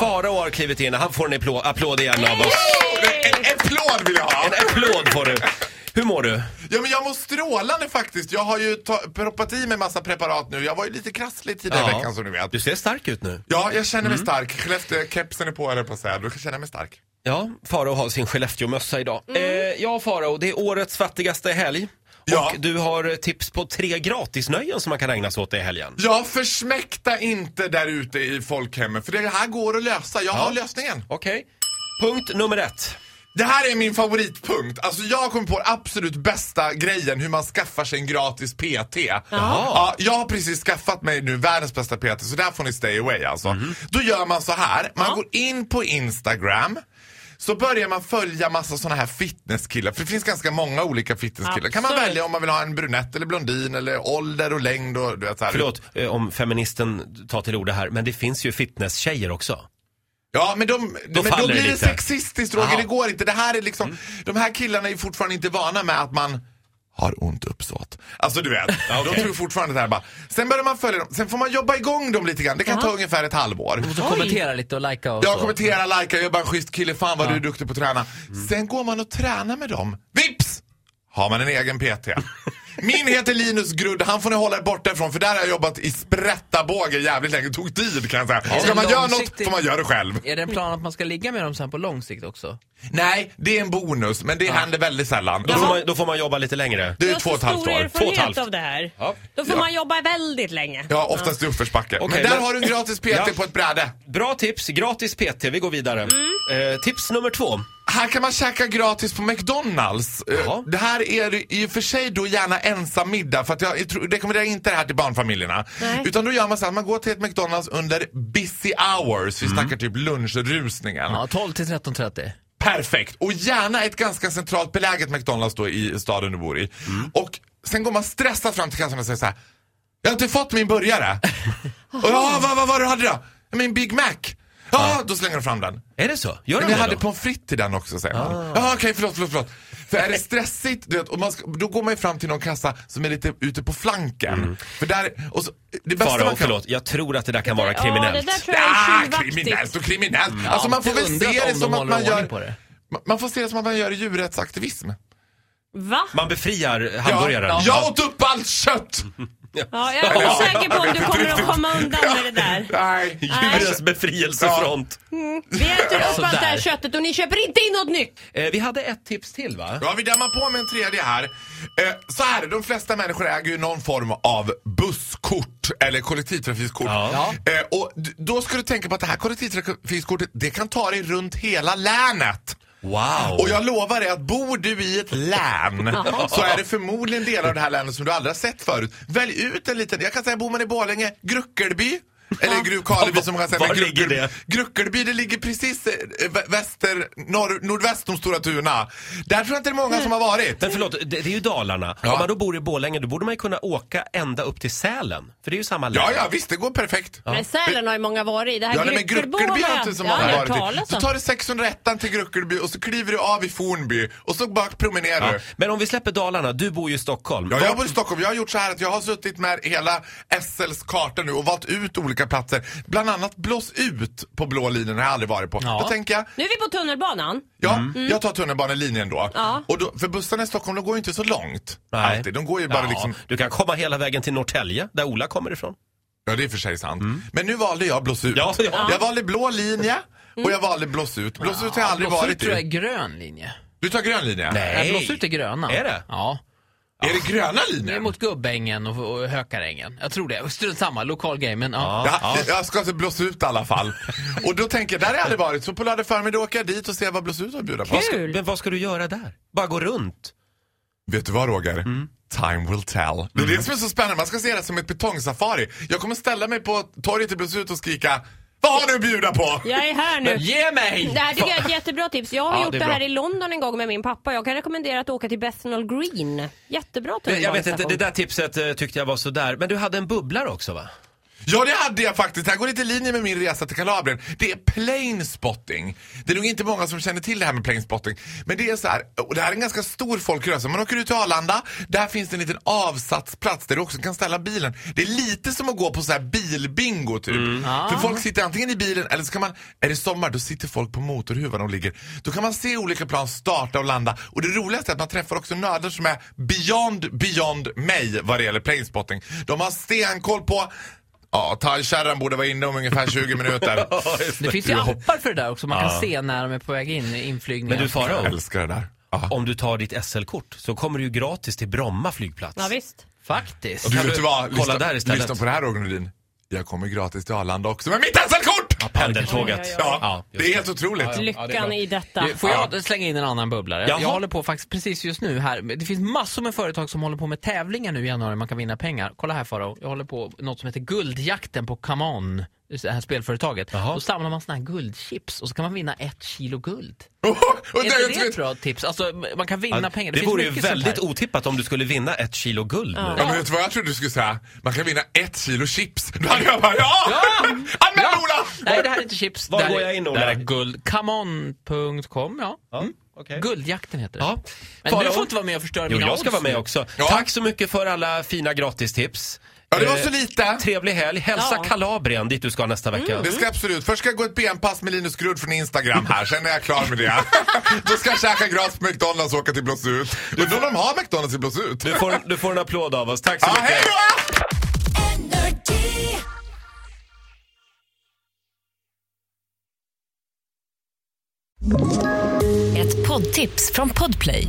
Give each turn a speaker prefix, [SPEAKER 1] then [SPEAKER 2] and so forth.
[SPEAKER 1] Farao har klivit in. Han får en applå- applåd igen av oss.
[SPEAKER 2] En en applåd vill jag ha!
[SPEAKER 1] En applåd får du. Hur mår du?
[SPEAKER 2] Ja, men jag mår strålande faktiskt. Jag har ju ta- proppat i mig massa preparat nu. Jag var ju lite krasslig tidigare i veckan som du vet.
[SPEAKER 1] Du ser stark ut nu.
[SPEAKER 2] Ja, jag känner mig stark. Skellefteå-kepsen är på eller på att säga. Du känner jag mig stark.
[SPEAKER 1] Ja, Farao har sin Skellefteåmössa idag. Eh, ja, Farao, det är årets fattigaste helg. Och
[SPEAKER 2] Ja.
[SPEAKER 1] du har eh, tips på tre gratisnöjen som man kan ägna sig åt i helgen.
[SPEAKER 2] Ja, försmäkta inte där ute i folkhemmet. För det här går att lösa. Jag har lösningen.
[SPEAKER 1] Okej. Punkt nummer ett.
[SPEAKER 2] Det här är min favoritpunkt. Alltså jag kom på den absolut bästa grejen hur man skaffar sig en gratis PT. Ja, jag har precis skaffat mig nu världens bästa PT så där får ni stay away alltså. Då gör man så här, man går in på Instagram. Så börjar man följa massa såna här fitnesskillar, för det finns ganska många olika fitnesskillar. Kan man
[SPEAKER 3] Absolut.
[SPEAKER 2] välja om man vill ha en brunett eller blondin eller ålder och längd och du vet så här.
[SPEAKER 1] Förlåt eh, om feministen tar till orda här, men det finns ju fitnesstjejer också.
[SPEAKER 2] Ja, men de, då, men då
[SPEAKER 1] faller det
[SPEAKER 2] blir det
[SPEAKER 1] lite.
[SPEAKER 2] sexistiskt Roger,
[SPEAKER 1] Aha.
[SPEAKER 2] det går inte. Det här är liksom, de här killarna är fortfarande inte vana med att man har ont uppsåt. Alltså du vet, de tror fortfarande det här bara. Sen börjar man följa dem, sen får man jobba igång dem lite grann. Det kan ta ungefär ett halvår.
[SPEAKER 4] Så kommentera lite och likea och
[SPEAKER 2] Jag
[SPEAKER 4] så.
[SPEAKER 2] kommenterar, likar, jag är bara en schysst kille, fan vad du är duktig på att träna.
[SPEAKER 1] Mm.
[SPEAKER 2] Sen går man och tränar med dem. Vips! Har man en egen PT. Min heter Linus Grudd, han får ni hålla er borta ifrån för där har jag jobbat i sprättabåge jävligt länge. Det tog tid kan jag säga.
[SPEAKER 4] det
[SPEAKER 2] Ska man göra något
[SPEAKER 4] långsiktigt?
[SPEAKER 2] får man göra det själv.
[SPEAKER 4] Är det en plan att man ska ligga med dem sen på lång sikt också?
[SPEAKER 2] Nej, det är en bonus, men det
[SPEAKER 1] Ah.
[SPEAKER 2] händer väldigt sällan.
[SPEAKER 1] Då får, man, då får man jobba lite längre.
[SPEAKER 2] Det
[SPEAKER 3] Du
[SPEAKER 2] är
[SPEAKER 3] har
[SPEAKER 2] två och
[SPEAKER 3] så
[SPEAKER 2] ett halvt
[SPEAKER 3] stor
[SPEAKER 2] år. Två och ett halvt.
[SPEAKER 3] erfarenhet av det här.
[SPEAKER 1] Ja.
[SPEAKER 3] Då får
[SPEAKER 2] Ja.
[SPEAKER 3] man jobba väldigt länge.
[SPEAKER 2] Ja, oftast i uppförsbacke.
[SPEAKER 1] Okej,
[SPEAKER 2] men där
[SPEAKER 1] men-
[SPEAKER 2] har du en gratis PT
[SPEAKER 1] Ja.
[SPEAKER 2] på ett bräde.
[SPEAKER 1] Bra tips, gratis PT. Vi går vidare. Eh, tips nummer två.
[SPEAKER 2] Här kan man käka gratis på McDonalds. Eh,
[SPEAKER 1] Jaha.
[SPEAKER 2] Det här är ju i och för sig då gärna ensam middag för att jag tror- rekommenderar inte det här till barnfamiljerna.
[SPEAKER 3] Nej.
[SPEAKER 2] Utan då gör man så här, man går till ett McDonalds under busy hours.
[SPEAKER 1] Mm.
[SPEAKER 2] Vi snackar typ lunchrusningen.
[SPEAKER 4] Ja, 12 till 13.30.
[SPEAKER 2] Perfekt! Och gärna ett ganska centralt beläget McDonalds då i staden du bor i.
[SPEAKER 4] Mm.
[SPEAKER 2] Och sen går man stressat fram till kassan och säger så här. Jag har inte fått min burgare. och ja, vad, vad var det du hade då? Min Big Mac. Ja, då slänger de fram den.
[SPEAKER 1] Är det så? Gör
[SPEAKER 2] Men
[SPEAKER 1] de
[SPEAKER 2] jag
[SPEAKER 1] det
[SPEAKER 2] hade
[SPEAKER 1] då?
[SPEAKER 2] pommes frites i den också säger man.
[SPEAKER 4] Ah.
[SPEAKER 2] Ja, okej förlåt, förlåt, förlåt. För är det stressigt, du vet, och man ska, då går man ju fram till någon kassa som är lite ute på flanken.
[SPEAKER 4] Mm.
[SPEAKER 2] För där, och så, det bästa
[SPEAKER 1] Farao,
[SPEAKER 2] man kan...
[SPEAKER 1] förlåt. Jag tror att det där kan vara
[SPEAKER 3] Ja, det
[SPEAKER 1] kriminellt.
[SPEAKER 3] där tror jag
[SPEAKER 2] Ah,
[SPEAKER 3] är tjuvaktigt.
[SPEAKER 2] kriminellt och kriminellt. alltså man får
[SPEAKER 4] det
[SPEAKER 2] väl
[SPEAKER 4] Mm. undrar
[SPEAKER 2] se
[SPEAKER 4] om
[SPEAKER 2] det
[SPEAKER 4] de
[SPEAKER 2] som att
[SPEAKER 4] håller
[SPEAKER 2] man
[SPEAKER 4] ordning
[SPEAKER 2] gör...
[SPEAKER 4] på det.
[SPEAKER 2] Ma- Man får se det som att man gör djurrättsaktivism.
[SPEAKER 3] Va?
[SPEAKER 1] Man befriar hamburgaren.
[SPEAKER 2] Ja, jag åt upp allt kött!
[SPEAKER 3] Ja, jag är osäker på om du kommer att komma undan med det där.
[SPEAKER 2] Nej.
[SPEAKER 1] Djurens befrielsefront.
[SPEAKER 3] Vi äter upp allt det
[SPEAKER 4] Sådär.
[SPEAKER 3] här köttet och ni köper inte in något nytt.
[SPEAKER 1] Eh, vi hade ett tips till va?
[SPEAKER 2] Ja, vi dammar på med en tredje här. Eh, så här, är det, de flesta människor äger ju någon form av busskort eller kollektivtrafikkort.
[SPEAKER 1] Ja.
[SPEAKER 2] Eh, och d- då ska du tänka på att det här kollektivtrafikkortet, det kan ta dig runt hela länet.
[SPEAKER 1] Wow.
[SPEAKER 2] Och jag lovar dig att bor du i ett län så är det förmodligen delar av det här länet som du aldrig har sett förut. Välj ut en liten, jag kan säga bor man i Borlänge, Gruckelby. Eller Gru- Karleby som man kan säga.
[SPEAKER 1] Var
[SPEAKER 2] men
[SPEAKER 1] ligger det?
[SPEAKER 2] Gruckelby, det ligger precis eh, vä- väster, norr, nordväst om Stora Tuna. Där tror jag inte det är många som har varit.
[SPEAKER 1] Men förlåt, det, det är ju Dalarna.
[SPEAKER 2] Ja.
[SPEAKER 1] Om man då bor i Borlänge då borde man ju kunna åka ända upp till Sälen. För det är ju samma län.
[SPEAKER 2] Ja, ja, visst det går perfekt. Ja.
[SPEAKER 3] Men Sälen har ju många varit i. Det här
[SPEAKER 2] nej, men
[SPEAKER 3] Gryckelbo
[SPEAKER 2] Gruckelby
[SPEAKER 3] har
[SPEAKER 2] har
[SPEAKER 3] jag-
[SPEAKER 2] inte så
[SPEAKER 3] Ja,
[SPEAKER 2] många
[SPEAKER 3] jag har hört
[SPEAKER 2] varit
[SPEAKER 3] talas
[SPEAKER 2] i. Så
[SPEAKER 3] om.
[SPEAKER 2] tar du 601 till Gruckelby och så kliver du av i Fornby och så bara promenerar du.
[SPEAKER 1] Ja. Men om vi släpper Dalarna, du bor ju i Stockholm.
[SPEAKER 2] Ja, jag bor i Stockholm. Jag har gjort så här att jag har suttit med hela SLs karta nu och valt ut olika platser. Bland annat Blås ut på blå linjen har jag aldrig varit på.
[SPEAKER 4] Ja. Mm.
[SPEAKER 2] Då tänker jag,
[SPEAKER 3] Nu är vi på tunnelbanan.
[SPEAKER 2] ja, Mm. jag tar tunnelbanelinjen då.
[SPEAKER 3] Ja.
[SPEAKER 2] Och då. För bussarna i Stockholm, de går ju inte så långt.
[SPEAKER 1] Nej.
[SPEAKER 2] Alltid. De går ju bara
[SPEAKER 1] Ja,
[SPEAKER 2] liksom...
[SPEAKER 1] Du kan komma hela vägen till Norrtälje, där Ola kommer ifrån.
[SPEAKER 2] Ja, det är för sig sant.
[SPEAKER 4] Mm.
[SPEAKER 2] Men nu valde jag Blås ut.
[SPEAKER 1] Ja, ja.
[SPEAKER 2] Jag valde blå linje och jag valde Blås ut. Blås ut har jag aldrig
[SPEAKER 4] Mm. Blås ut
[SPEAKER 2] varit
[SPEAKER 4] tror jag är
[SPEAKER 2] i.
[SPEAKER 4] grön linje.
[SPEAKER 2] Du tar grön linje?
[SPEAKER 4] Nej, blås ut är gröna.
[SPEAKER 1] Är det?
[SPEAKER 4] Ja.
[SPEAKER 2] Är det gröna
[SPEAKER 4] Det är
[SPEAKER 2] linjen?
[SPEAKER 4] mot Gubbängen och, och Hökarängen. Jag tror det. Strunt samma, lokal grej, men ja.
[SPEAKER 2] Ja, Jag ska alltså blåsa ut i alla fall. och då tänker jag, där har jag aldrig varit. Så på lördag förmiddag åker jag dit och ser vad blås ut har att bjuda på.
[SPEAKER 1] Vad ska,
[SPEAKER 3] Kul.
[SPEAKER 1] men vad ska du göra där? Bara gå runt?
[SPEAKER 2] Vet du vad Roger? Time will tell. Mm. Det är det som är så spännande. Man ska se det som ett betongsafari. Jag kommer ställa mig på torget i Blåsut och skrika Vad har du att bjuda på?
[SPEAKER 3] Jag är här nu.
[SPEAKER 4] Men ge mig!
[SPEAKER 3] Det här tycker jag är ett jättebra tips. Jag har
[SPEAKER 1] Ja,
[SPEAKER 3] gjort
[SPEAKER 1] det
[SPEAKER 3] det,
[SPEAKER 1] är
[SPEAKER 3] här
[SPEAKER 1] bra.
[SPEAKER 3] i London en gång med min pappa. Jag kan rekommendera att åka till Bethnal Green. Jättebra
[SPEAKER 1] Jag vet inte,
[SPEAKER 3] tunnelbanestation.
[SPEAKER 1] det där tipset eh, tyckte jag var sådär. Men du hade en bubblar också va?
[SPEAKER 2] Ja, det hade jag faktiskt. Det här går lite i linje med min resa till Kalabrien. Det är plane spotting. Det är nog inte många som känner till det här med plane spotting. Men det är så här, och det här är en ganska stor folkrörelse. Man åker ut till Arlanda, där finns det en liten avsatsplats där du också kan ställa bilen. Det är lite som att gå på så här bilbingo typ. För folk sitter antingen i bilen eller så kan man, är det sommar då sitter folk på motorhuvan och ligger. Då kan man se olika plan starta och landa. Och det roligaste är att man träffar också nördar som är beyond, beyond mig vad det gäller plane spotting. De har stenkoll på Ja, thai-kärran borde vara inne om ungefär 20 minuter.
[SPEAKER 4] Det finns ju appar för det där också. Man kan se när de är på väg in i inflygningen.
[SPEAKER 1] Men du
[SPEAKER 2] Jag
[SPEAKER 1] Farao,
[SPEAKER 2] älskar det där. Ja.
[SPEAKER 1] om du tar ditt SL-kort så kommer du ju gratis till Bromma flygplats.
[SPEAKER 3] Ja, visst.
[SPEAKER 4] Faktiskt.
[SPEAKER 2] Och du
[SPEAKER 1] Kan
[SPEAKER 2] vet
[SPEAKER 1] du
[SPEAKER 2] du vad?
[SPEAKER 1] kolla
[SPEAKER 2] Lyssna,
[SPEAKER 1] där istället?
[SPEAKER 2] lyssna på det här Roger Nordin. Jag kommer gratis till Arlanda också med mitt SL-kort! Ja,
[SPEAKER 1] Pendeltåget.
[SPEAKER 3] Oj, oj, oj.
[SPEAKER 1] just
[SPEAKER 2] det är helt otroligt.
[SPEAKER 4] Ja,
[SPEAKER 3] Lyckan
[SPEAKER 4] det är bra.
[SPEAKER 3] i detta.
[SPEAKER 4] Får jag slänga in en annan bubblare?
[SPEAKER 1] Jaha.
[SPEAKER 4] Jag håller på faktiskt precis just nu här. Det finns massor med företag som håller på med tävlingar nu i januari. Man kan vinna pengar. Kolla här Farao. Jag håller på något som heter Guldjakten på Come On. Det här spelföretaget.
[SPEAKER 1] Jaha.
[SPEAKER 4] Då samlar man såna här guldchips och så kan man vinna ett kilo guld.
[SPEAKER 2] och
[SPEAKER 4] Är inte det
[SPEAKER 2] vet-
[SPEAKER 4] ett bra tips? Alltså, man kan vinna
[SPEAKER 1] Ja,
[SPEAKER 4] pengar.
[SPEAKER 1] det
[SPEAKER 4] finns
[SPEAKER 1] vore ju
[SPEAKER 4] mycket sånt
[SPEAKER 1] väldigt
[SPEAKER 4] här.
[SPEAKER 1] otippat om du skulle vinna ett kilo guld nu.
[SPEAKER 2] Ja, men vet du vad jag trodde du skulle säga? Man kan vinna ett kilo chips. Då hade jag bara ja! Anmäl Ola!
[SPEAKER 4] Nej, det här är inte chips.
[SPEAKER 1] Var
[SPEAKER 4] det här
[SPEAKER 1] går
[SPEAKER 4] är-
[SPEAKER 1] jag in, Ola?
[SPEAKER 4] Det här är guld. Comeon.com, ja. Mm.
[SPEAKER 1] okej.
[SPEAKER 4] Guldjakten heter det.
[SPEAKER 1] Ja.
[SPEAKER 4] Men
[SPEAKER 1] Farao?
[SPEAKER 4] du får inte vara med och förstöra
[SPEAKER 1] Jo,
[SPEAKER 4] mina
[SPEAKER 1] jag ska
[SPEAKER 4] odds
[SPEAKER 1] vara med
[SPEAKER 4] nu.
[SPEAKER 1] också.
[SPEAKER 2] Ja.
[SPEAKER 1] Tack så mycket för alla fina gratistips.
[SPEAKER 2] Ja, det var
[SPEAKER 1] Eh,
[SPEAKER 2] så lite.
[SPEAKER 1] Trevlig helg. Hälsa
[SPEAKER 3] Ja.
[SPEAKER 1] Kalabrien dit du ska nästa vecka.
[SPEAKER 4] Mm.
[SPEAKER 2] Det ska jag absolut. Först ska jag gå ett benpass med Linus Grudd från Instagram här, sen är jag klar med det. Då ska jag käka gras på McDonalds och åka till Blåsut. Undrar om de har McDonalds i Blåsut?
[SPEAKER 1] Du, får, du får en applåd av oss. Tack så
[SPEAKER 2] Ja,
[SPEAKER 1] mycket.
[SPEAKER 2] hej då!
[SPEAKER 5] Ett poddtips från Podplay.